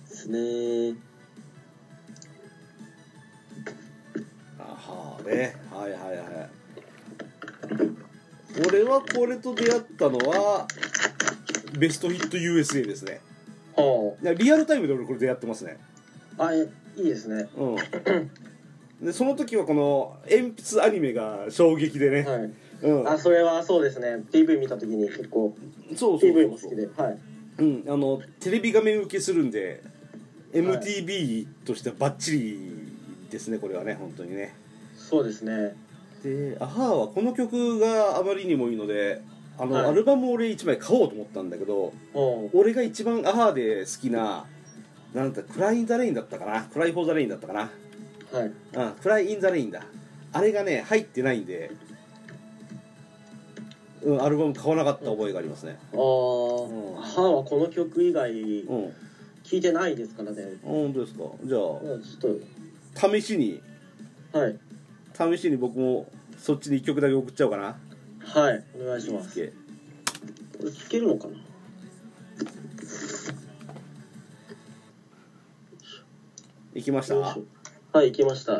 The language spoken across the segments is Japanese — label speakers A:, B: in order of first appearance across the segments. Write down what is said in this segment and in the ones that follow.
A: ですね。
B: あはーねはいはいはい俺はこれと出会ったのはベストヒット USA ですね
A: はい
B: やリアルタイムで俺これ出会ってますね
A: あ。あ、えいいですね。
B: うんでその時はこの鉛筆アニメが 衝撃でね、
A: はい。
B: うん
A: あ、それはそうですね。PV 見たときに結構、
B: そうそう
A: PV
B: そ
A: も
B: うそ
A: 好
B: う
A: きで。はい。
B: うん、あのテレビ画面受けするんで MTV としてはバッチリですねこれはね本当にね
A: そうですね。
B: で「アハーはこの曲があまりにもいいのであの、
A: はい
B: アルバムを俺1枚買おうと思ったんだけど
A: おう
B: 俺が一番「アハーで好きななんだクライ・イン・ザ・レインだったかなクライ・フォー・ザ・レインだったかな
A: はい。
B: あフライ・イン・ザ・レインだあれがね入ってないんで、うん、アルバム買わなかった覚えがありますね
A: あー、母はこの曲以外
B: うん、
A: 聴いてないですからね。
B: 本当ですかじ
A: う
B: ゃ
A: んちょっ
B: あ試しに
A: と、はい。
B: 試しに僕もそっちに1曲だけ送っちゃおうかな
A: はい。お願いします。
B: け
A: これ聴けるのかな
B: いきました
A: よい
B: は
A: しょはい、行きました。
B: い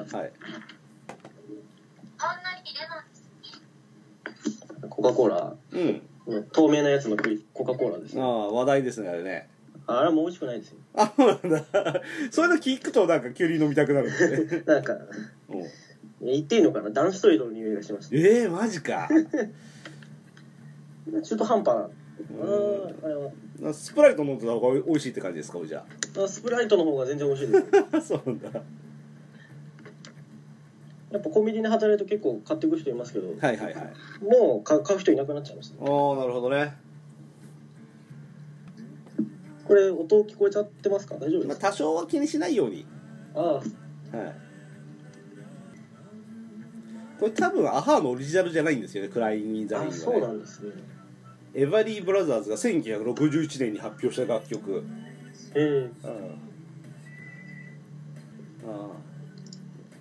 A: コカ・コーラ。
B: うん
A: うん透明なやつのクリコカ・コーラですね。
B: ああ話題ですねあれね
A: あれはもう美味しくないですよ。
B: あそうなんだ そういうの聞くとなんか急に飲みたくなるんです ね
A: なんか、
B: うん
A: 言っていいのかな男子トイレの匂いがしまし
B: ええマジか
A: た。中途半端な。
B: う
A: あれは。
B: んスプライト飲んでた方が美味しいって感じですか じゃ
A: あスプライトの方が全然美味しいです。
B: あそうなんだ
A: やっぱコンビニで働いてると結構買っていく人いますけど、
B: はいはいはい
A: もう買う買う人いなくなっちゃいましたね。
B: おおなるほどね、
A: これ音聞こえちゃってますか大丈夫で
B: まあ、
A: すか
B: 多少は気にしないように、
A: ああ、
B: はい、これ多分アハーのオリジナルじゃないんですよねクライン・イン・ザ・リン
A: あ
B: は、ね、
A: そうなんですね。
B: エヴァリー・ブラザーズが1961年に発表した楽曲、
A: え
B: うん、あ
A: え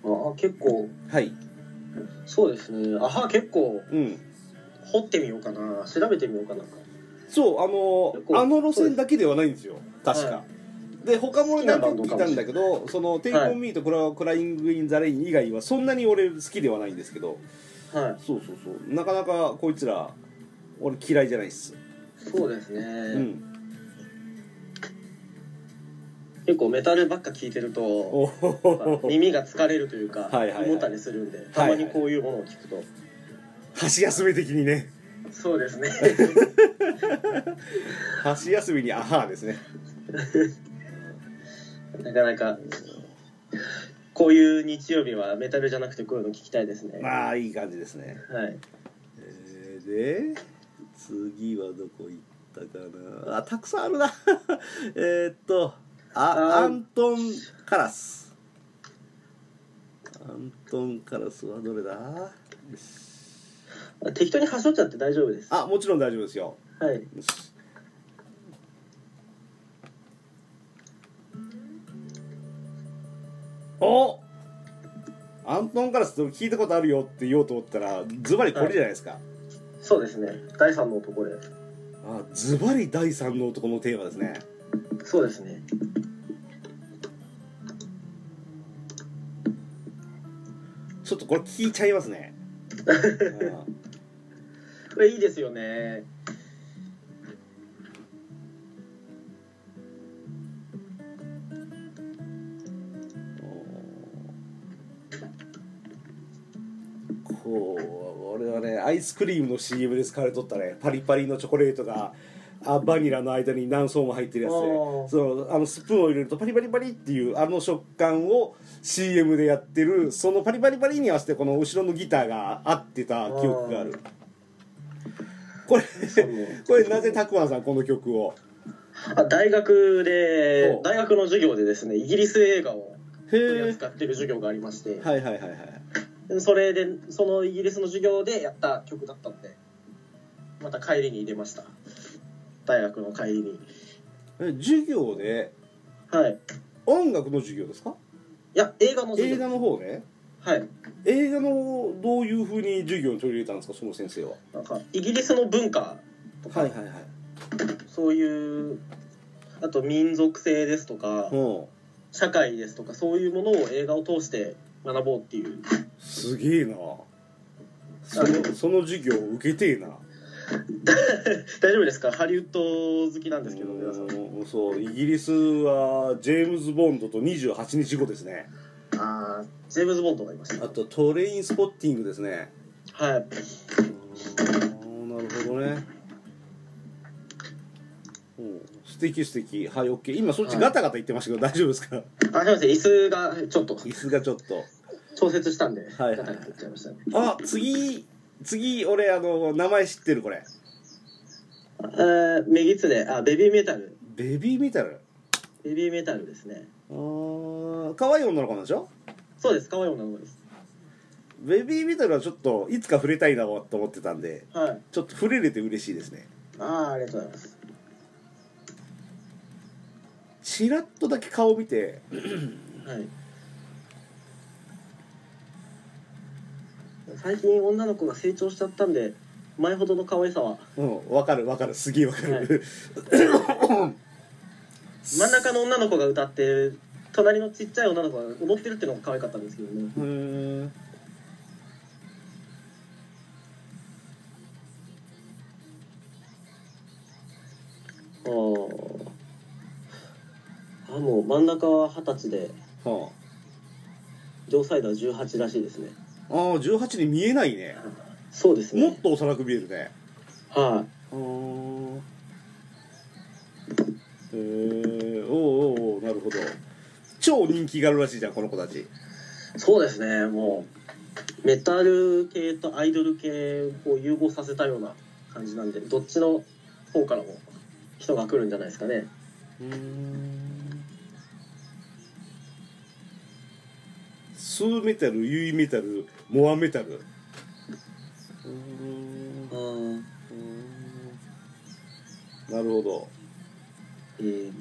A: ああ、結構、
B: あはい
A: そうですね。あは結構、
B: うん
A: 掘ってみようかな。調べてみようかな。
B: そうあの
A: 結構
B: あの路線だけではないんですよ確か、
A: は
B: で他も
A: 好きな
B: 何
A: バ
B: 曲
A: ンド
B: 聞
A: か
B: い
A: もし
B: た
A: れな
B: んだ
A: い
B: けどその「テイ
A: は
B: コ
A: い
B: ン・ミー」と「クライング・イン・ザ・レイン」以外はそんなに俺好きではないんですけど
A: はい。
B: そうそうそうなかなかこいつら俺嫌いじゃないっす、
A: そうですね。
B: うん
A: 結構メタルばっか聞いてると、
B: お
A: やっぱ
B: お
A: 耳が疲れるというか、
B: はいはいはい
A: 胃もたれするんで、たまにこういうものを聞くと。
B: 箸休め的にね
A: そうですね。
B: 箸休みにアハーですね
A: なかなか、こういう日曜日はメタルじゃなくてこういうの聞きたいですね。
B: まあいい感じですね
A: はい。
B: えーで次はどこ行ったかなあたくさんあるな えーっとあ
A: あー
B: アントン・カラスアントン・カラスはどれだよし
A: 適当にはしょっちゃって大丈夫です。
B: あもちろん大丈夫ですよ
A: はい。
B: よしおアントン・カラスと聞いたことあるよって言おうと思ったらズバリこれじゃないですか、
A: そうですね。第三の男で。
B: あズバリ第三の男のテーマですね
A: そうですね。
B: ちょっとこれ聞いちゃいますねうん
A: これいいですよね。
B: こう俺はねアイスクリームの CM で使われとったねパリパリのチョコレートがあバニラの間に何層も入ってるやつで
A: あー
B: そのあのスプーンを入れるとパリパリパリっていうあの食感を CM でやってるそのパリパリパリに合わせてこの後ろのギターが合ってた記憶があるこれ
A: う
B: これなぜたくまんさんこの曲を
A: あ大学で
B: ほう
A: 大学の授業でですねイギリス映画を
B: へ
A: 取り
B: え
A: 扱ってる授業がありまして、
B: はいはいはいはい
A: それでそのイギリスの授業でやった曲だったのでまた帰りに入れました大学の帰りに
B: え授業で
A: はいい
B: 音楽の授業ですか
A: や映画の授
B: 映
A: 業
B: 画の方ね
A: はい
B: 映画のどういうふうに授業に取り入れたんですかその先生は
A: なんかイギリスの文化とか、
B: はいはい
A: そういうあと民族性ですとか
B: うん
A: 社会ですとかそういうものを映画を通して学ぼうっていう
B: すげえなそのその授業受けてえな
A: 大丈夫ですかハリウッド好きなんですけど皆さん
B: うんそうイギリスはジェームズ・ボンドと28日後ですね
A: ああジェームズ・ボンドがいました
B: あとトレインスポッティングですね
A: はい
B: うんなるほどねうん素敵素敵はい OK 今そっちガタガタ言ってましたけど、大丈夫ですか
A: あすいません椅子がちょっと
B: 椅子がちょっと
A: 調節したんで
B: はい
A: ガタガタ言っちゃいましたね
B: あ次次俺あの名前知ってるこれ
A: えー、メギツネあベビーメタル
B: ベビーメタル
A: ベビーメタルですね
B: あー可愛い女の子なんでしょ
A: そうです可愛い女の子です
B: ベビーメタルはちょっといつか触れたいなと思ってたんで
A: はい
B: ちょっと触れれて嬉しいですね
A: ああありがとうございます
B: チラッとだけ顔見て
A: はい最近女の子が成長しちゃったんで前ほどの可愛さは
B: うんわかるわかるすげえわかる、
A: はい真
B: 真
A: ん中の女の子が歌ってる隣のちっちゃい女の子が踊ってるっていうのが可愛かったんですけどね
B: うん
A: あーあもう真ん中は二十歳で
B: は
A: 上サイドは18らしいですね
B: ああー18に見えないね
A: そうです
B: もっ
A: ね
B: と幼く見えるね
A: は
B: うんえー、おうおうおうなるほど超人気があるらしいじゃんこの子たち
A: いそうですねもうメタル系とアイドル系を融合させたような感じなんでどっちの方からも人が来るんじゃないですかね
B: スーメタルユイメタルモアメタル
A: うん
B: なるほど
A: えー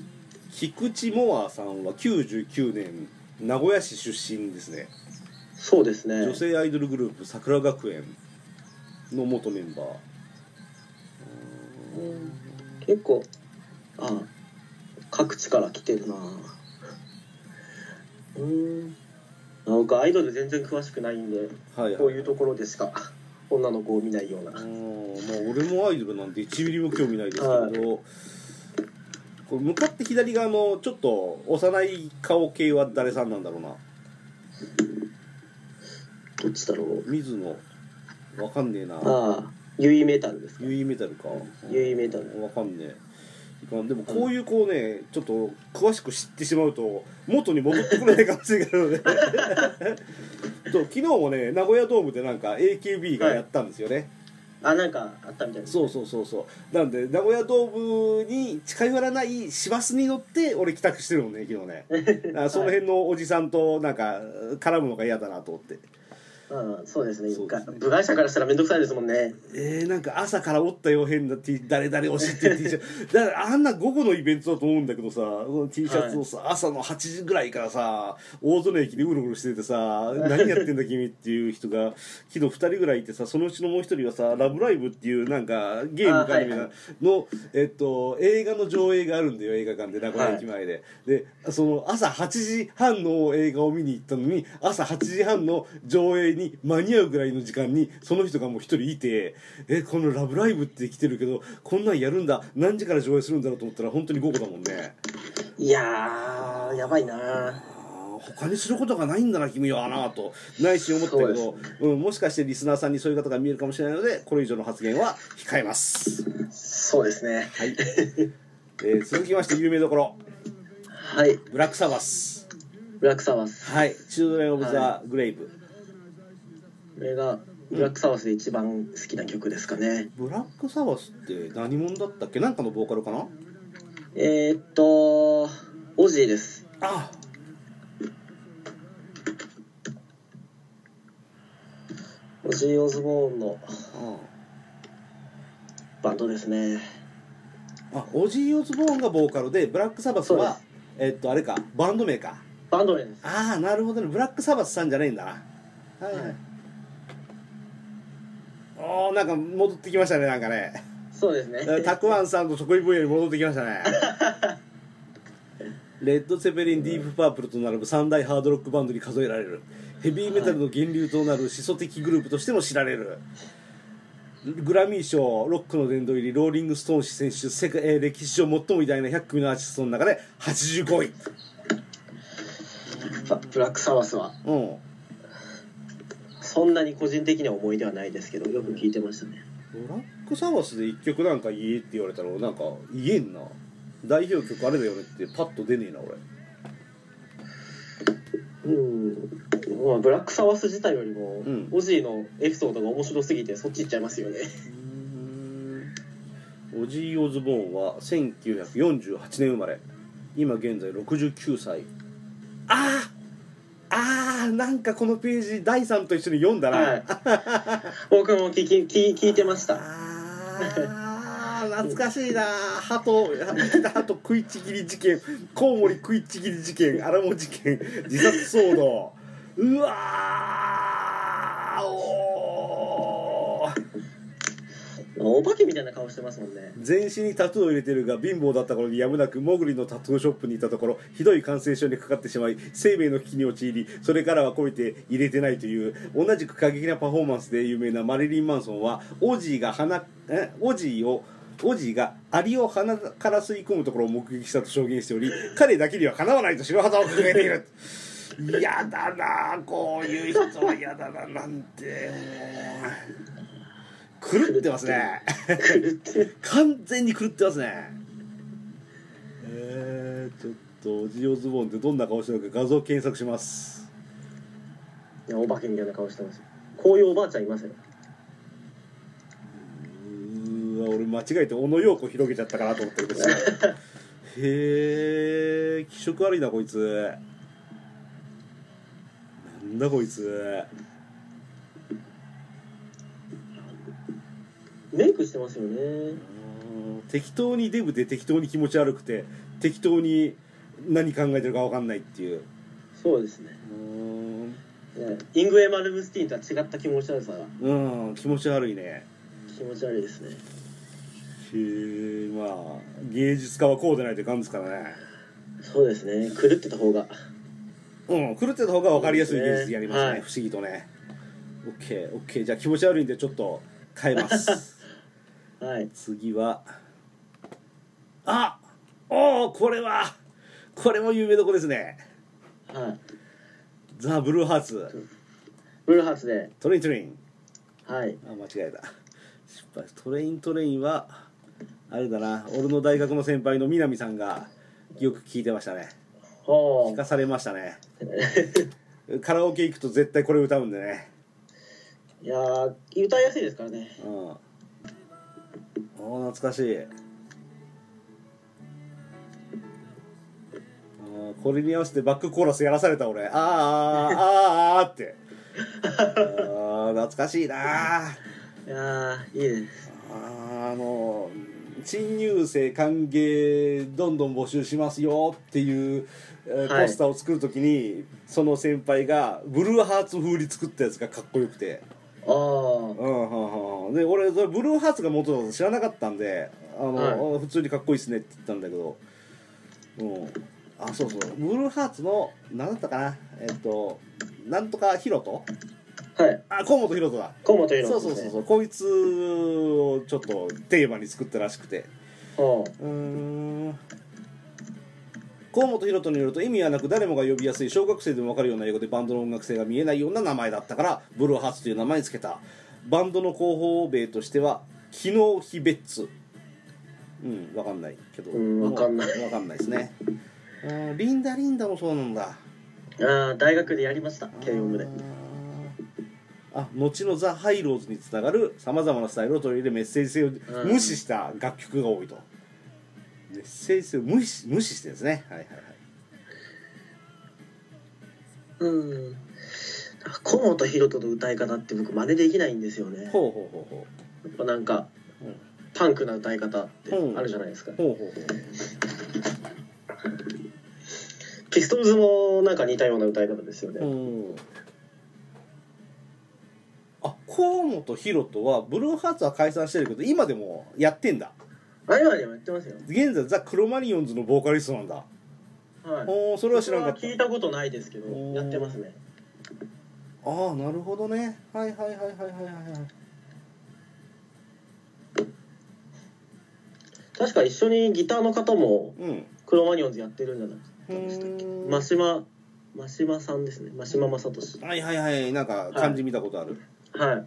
B: 菊池モアさんは99年名古屋市出身ですね
A: そうですね
B: 女性アイドルグループ桜学園の元メンバー
A: 結構あ各地から来てるなうんあ僕アイドル全然詳しくないんで
B: はい
A: こ
B: は
A: う
B: い
A: いうところでしか女の子を見ないような
B: あーまあ俺もアイドルなんで1ミリも興味ないですけど、
A: はい
B: こう向かって左側のちょっと幼い顔系は誰さんなんだろうな
A: どっちだろう
B: 水野わかんねえな
A: ああユイメタルですか
B: ユイメタルか
A: ユイメタル
B: わかんねえいかんでもこういうこうねちょっと詳しく知ってしまうと元に戻ってくれないかもしれないので と昨日もね名古屋ドームでなんか AKB がやったんですよね、
A: あなんかあったみたいです
B: そうそうそうそうなんで名古屋ドームに近寄らない市バスに乗って俺帰宅してるもんね昨日ね だからその辺のおじさんとなんか絡むのが嫌だなと思って
A: ああそうですね
B: そうですね
A: 部外者からしたら面倒くさいですもんね
B: えー、なんか朝からおったよ変な T 誰々推しっていう T シャツだからあんな午後のイベントだと思うんだけどさその T シャツをさ、朝の8時ぐらいからさ大園駅でうろうろしててさ何やってんだ君っていう人が昨日2人ぐらいいてさそのうちのもう一人はさ「ラブライブ!」っていうなんかゲームかアニメ
A: あはいは
B: が
A: い
B: の、えっと、映画の上映があるんだよ映画館で名古屋駅前で、でその朝8時半の映画を見に行ったのに朝8時半の上映に間に合うぐらいの時間にその人がもう一人いて「えこの「ラブライブ!」って来てるけどこんなんやるんだ何時から上映するんだろうと思ったら本当に午後だもんね
A: いやーやばいな
B: あー他にすることがないんだな君はなぁと内心思ったけ
A: そ
B: どう、ん、もしかしてリスナーさんにそういう方が見えるかもしれないのでこれ以上の発言は控えます。
A: そうですね
B: はい、えー続きまして有名どころ
A: はい
B: ブラックサバス
A: ブラックサバス
B: はい「チュードレン・オブ・ザ・グレイブ」
A: これがブラックサバスで一番好きな曲ですかね
B: ブラックサバスって何者だったっけなんかのボーカルかな
A: えー、っとオジーです
B: あ
A: オジー・オズボーンの
B: あ
A: バンドですね
B: あオジー・オズボーンがボーカルでブラックサバスは
A: そ
B: えっとあれかバンド名か
A: バンド名です
B: ああなるほどねブラックサバスさんじゃないんだなはい、は
A: はいい、
B: おーなんか戻ってきましたねなんかね
A: そうですね
B: えーたくあんさんと食リ分野に戻ってきましたねレッド・セペリンディープ・パープルと並ぶ三大ハードロックバンドに数えられるヘビーメタルの源流となる始祖的グループとしても知られるグラミー賞ロックの殿堂入りローリング・ストーン氏選手世界えー歴史上最も偉大な100組のアーティストの中で85位
A: まあブラックサバスは
B: うん
A: そんなに個人的には思い出はないですけどよく聞いてましたね
B: ブラックサバスで一曲なんか言えって言われたら俺なんか言えんな代表曲あれだよねってパッと出ねえな俺
A: うん、まあ、ブラックサバス自体よりも、
B: うん
A: オジーのエピソードが面白すぎてそっち行っちゃいますよ ね
B: オジー・オズボーンは1948年生まれ今現在69歳あーあーなんかこのページ第3と一緒に読んだな、
A: はい僕も聞き聞聞いてました
B: あー懐かしいなハトハト食いちぎり事件コウモリ食いちぎり事件アラモ事件自殺騒動うわーおー
A: お化けみたいな顔してますもんね
B: 全身にタトゥーを入れてるが貧乏だった頃にやむなくモグリのタトゥーショップにいたところひどい感染症にかかってしまい生命の危機に陥りそれからはこいて入れてないという同じく過激なパフォーマンスで有名なマリリン・マンソンはオジーが鼻えオジーをオジーがアリを鼻から吸い込むところを目撃したと証言しており彼だけにはかなわないと白旗を掲げている嫌だなあこういう人は嫌だななんてもう狂ってますね完全に狂ってますねえー、ちょっとオジオズボーンってどんな顔してるのか画像検索します
A: いやお化けみたいな顔してますこういうおばあちゃんいますよ
B: うーわ俺間違えて小野陽子広げちゃったかなと思ったんですけどへえ気色悪いなこいつなんだこいつ
A: メイクしてますよね
B: 適当にデブで適当に気持ち悪くて適当に何考えてるか分かんないっていう
A: そうですね
B: うーん
A: ねイングエマ・ルムスティーンとは違った気持ち悪さが
B: うん気持ち悪いね
A: 気持ち悪いですね
B: へえまあ芸術家はこうでないといかんですからね
A: そうですね狂ってた方が
B: うん狂ってた方が分かりやすい芸術やりますね
A: はい
B: 不思議とね OKOK じゃあ気持ち悪いんでちょっと変えます
A: はい
B: 次はあおおこれはこれも有名どこですね
A: はい
B: ザ・ブルーハーツ
A: ブルーハーツで
B: トレイントレイン
A: はい
B: あ間違えた失敗トレイントレインはあれだな俺の大学の先輩の南さんがよく聞いてましたね
A: ほ
B: 聞
A: う
B: かされましたね カラオケ行くと絶対これ歌うんでね
A: いやー歌いやすいですからね
B: うんおー懐かしいあーこれに合わせてバックコーラスやらされた俺あーあーあーあーって あー懐かしいなー
A: いやーいいです
B: あの新入生歓迎どんどん募集しますよっていう、えー
A: はい
B: ポスターを作るときにその先輩がブルーハーツ風に作ったやつがかっこよくて、
A: ああ
B: うんうんうん、で俺それブルーハーツが元だと知らなかったんであの、
A: は
B: 普通にかっこいいっすねって言ったんだけど、うん、あそうそうブルーハーツの何だったかなえっとなんとかヒロト
A: はい
B: あ河本ヒロトだ
A: 河本宏
B: そうそうそうそうこいつをちょっとテーマに作ったらしくて
A: そう
B: うーん河本ロ人によると意味はなく誰もが呼びやすい小学生でも分かるような英語でバンドの音楽性が見えないような名前だったからブルーハーツという名前につけたバンドの広報名としては機能非別うん分かんないけど
A: うんわかんない
B: 分かんないですねうんリンダリンダもそうなんだ
A: ああ大学でやりました軽音部で
B: あ後のザ・ハイローズにつながるさまざまなスタイルを取り入れメッセージ性を
A: うん
B: 無視した楽曲が多いと、メッセージ性を無視無視してですねはいはいはい
A: うん河本宏斗の歌い方って僕真似できないんですよね
B: ほうほうほうほ
A: やっぱなんか
B: うん
A: パンクな歌い方ってあるじゃないですか
B: うほうほうほう
A: ピストルズもなんか似たような歌い方ですよね、
B: うんあ河本ヒロトはブルーハーツは解散してるけど今でもやってんだ
A: あれはでもやってますよ
B: 現在ザ・クロマニオンズのボーカリストなんだ
A: はい
B: おーそれは知らんかっ
A: 僕は聞い
B: た
A: たことないですけど
B: おー
A: やってますね
B: ああなるほどねはいはいはいはいはいはいはい
A: 確か一緒にギターの方も
B: うん
A: クロマニオンズやってるんじゃなかったでしたっけ
B: うーん
A: 真島真島さんですね真島正俊
B: はいはいはいなんか漢字見たことある、
A: はい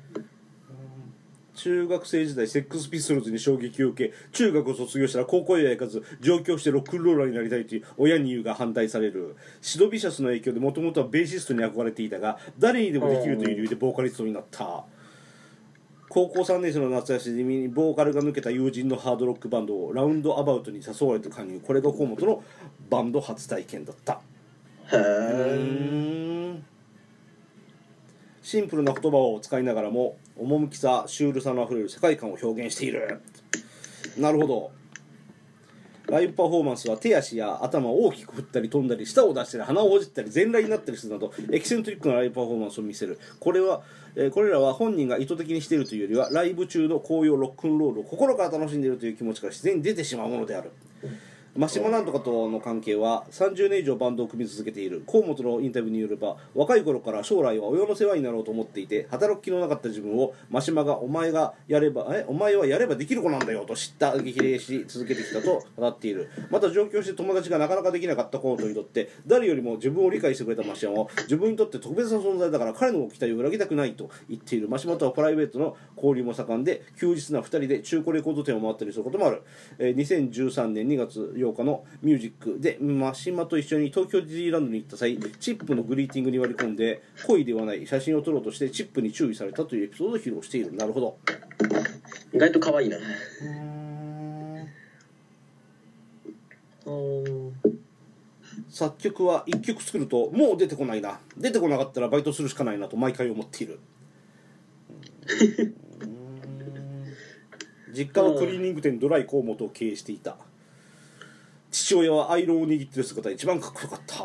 B: 中学生時代セックスピストルズに衝撃を受け中学を卒業したら高校へは行かず上京してロックンローラーになりたいという親に言うが反対されるシドビシャスの影響でもともとはベーシストに憧れていたが誰にでもできるという理由でボーカリストになった高校3年生の夏休みにボーカルが抜けた友人のハードロックバンドをラウンドアバウトに誘われて加入これが河本のバンド初体験だった
A: へえ
B: シンプルな言葉を使いながらも趣さシュールさのあふれる世界観を表現しているなるほどライブパフォーマンスは手足や頭を大きく振ったり飛んだり舌を出したり鼻をほじったり全裸になったりするなどエキセントリックなライブパフォーマンスを見せるこれは、えーこれらは本人が意図的にしているというよりはライブ中の紅葉ロックンロールを心から楽しんでいるという気持ちから自然に出てしまうものであるマシモなんとかとの関係は30年以上バンドを組み続けている河本のインタビューによれば若い頃から将来は親の世話になろうと思っていて働く気のなかった自分をマシマがお前がやればえお前はやればできる子なんだよと知った激励し続けてきたと語っているまた上京して友達がなかなかできなかった河本にとって誰よりも自分を理解してくれたマシマは自分にとって特別な存在だから彼の期待を裏切りたくないと言っているマシマとはプライベートの交流も盛んで休日な2人で中古レコード店を回ったりすることもある、えー2013年2月8日のミュージックでマシマと一緒に東京ディズニーランドに行った際チップのグリーティングに割り込んで恋ではない写真を撮ろうとしてチップに注意されたというエピソードを披露しているなるほど
A: 意外と可愛いな
B: 作曲は1曲作るともう出てこないな出てこなかったらバイトするしかないなと毎回思っている実家はクリーニング店ドライ河本を経営していた父親はアイロンを握ってる姿が一番かっこよかった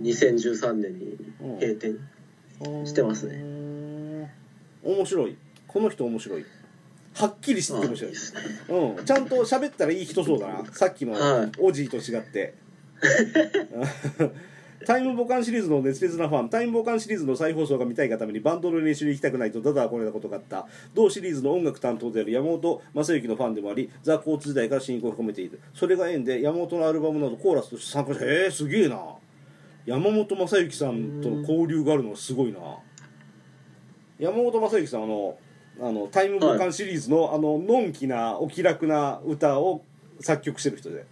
A: 2013年に閉店してますね
B: ね面白いこの人面白いはっきりしてて面白い
A: あすね
B: うん、ちゃんと喋ったらいい人そうだなさっきの
A: はい
B: オジーと違って、 タイムボカンシリーズの熱烈なファンタイムボカンシリーズの再放送が見たいがためにバンドの練習に行きたくないとだだこねたことがあった同シリーズの音楽担当である山本正行のファンでもありザ・コーツ時代から親交を含めているそれが縁で山本のアルバムなどコーラスとして参加してえー、すげえな山本正行さんとの交流があるのはすごいな山本正行さんあのあのタイムボカンシリーズの、あののんきなお気楽な歌を作曲してる人で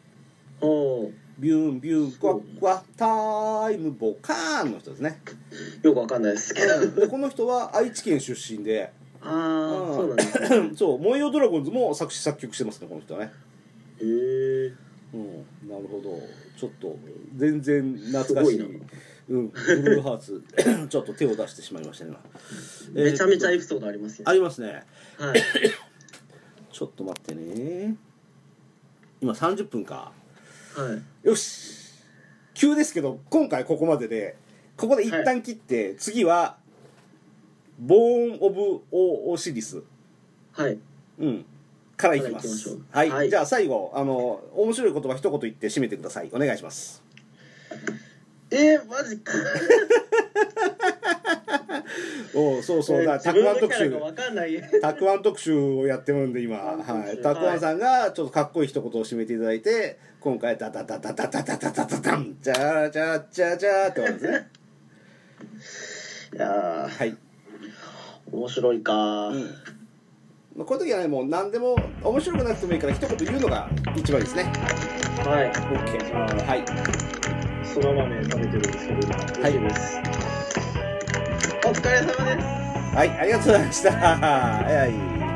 A: おー
B: ビューンビューンクワックワタイムボカーンの人ですね
A: よくわかんないですけど
B: でこの人は愛知県出身で
A: ああそうなんですね
B: そう「燃えよドラゴンズ」も作詞作曲してますねこの人はね
A: へー
B: うんなるほどちょっと全然懐かしい
A: すごいな
B: うん、ブルーハーツ ちょっと手を出してしまいましたね今
A: めちゃめちゃ
B: えー
A: エピソードありますよ
B: ありますね
A: はい
B: ちょっと待ってね今30分か
A: はい
B: よし急ですけど今回ここまででここで一旦切って、次はボーン・オブ・オーシリス、
A: はい
B: うん、からいき
A: からい
B: ます
A: きましょう
B: はい、
A: はい
B: じゃあ最後あの面白い言葉一言言って締めてくださいお願いします
A: えー、マジか
B: おうそうそうだ
A: 自
B: たく
A: 分
B: あ
A: のキ
B: ん特
A: ャラ
B: 集
A: がわかんない
B: たくあん特集をやってるんで今はいたくあんさんがちょっとかっこいい一言を締めていただいて今回「ダダダダダダダダダダダンチャーチャーチャーチャー」って終わるんですね
A: いやー
B: はい
A: 面白いかー、
B: うんまあ、こういう時はねもう何でも面白くなくてもいいから一言言うのが一番ですね
A: はい
B: オッケーはい
A: そら豆食べてるんですけど
B: はい
A: 美味しですお疲れ様です
B: はいありがとうございましたはい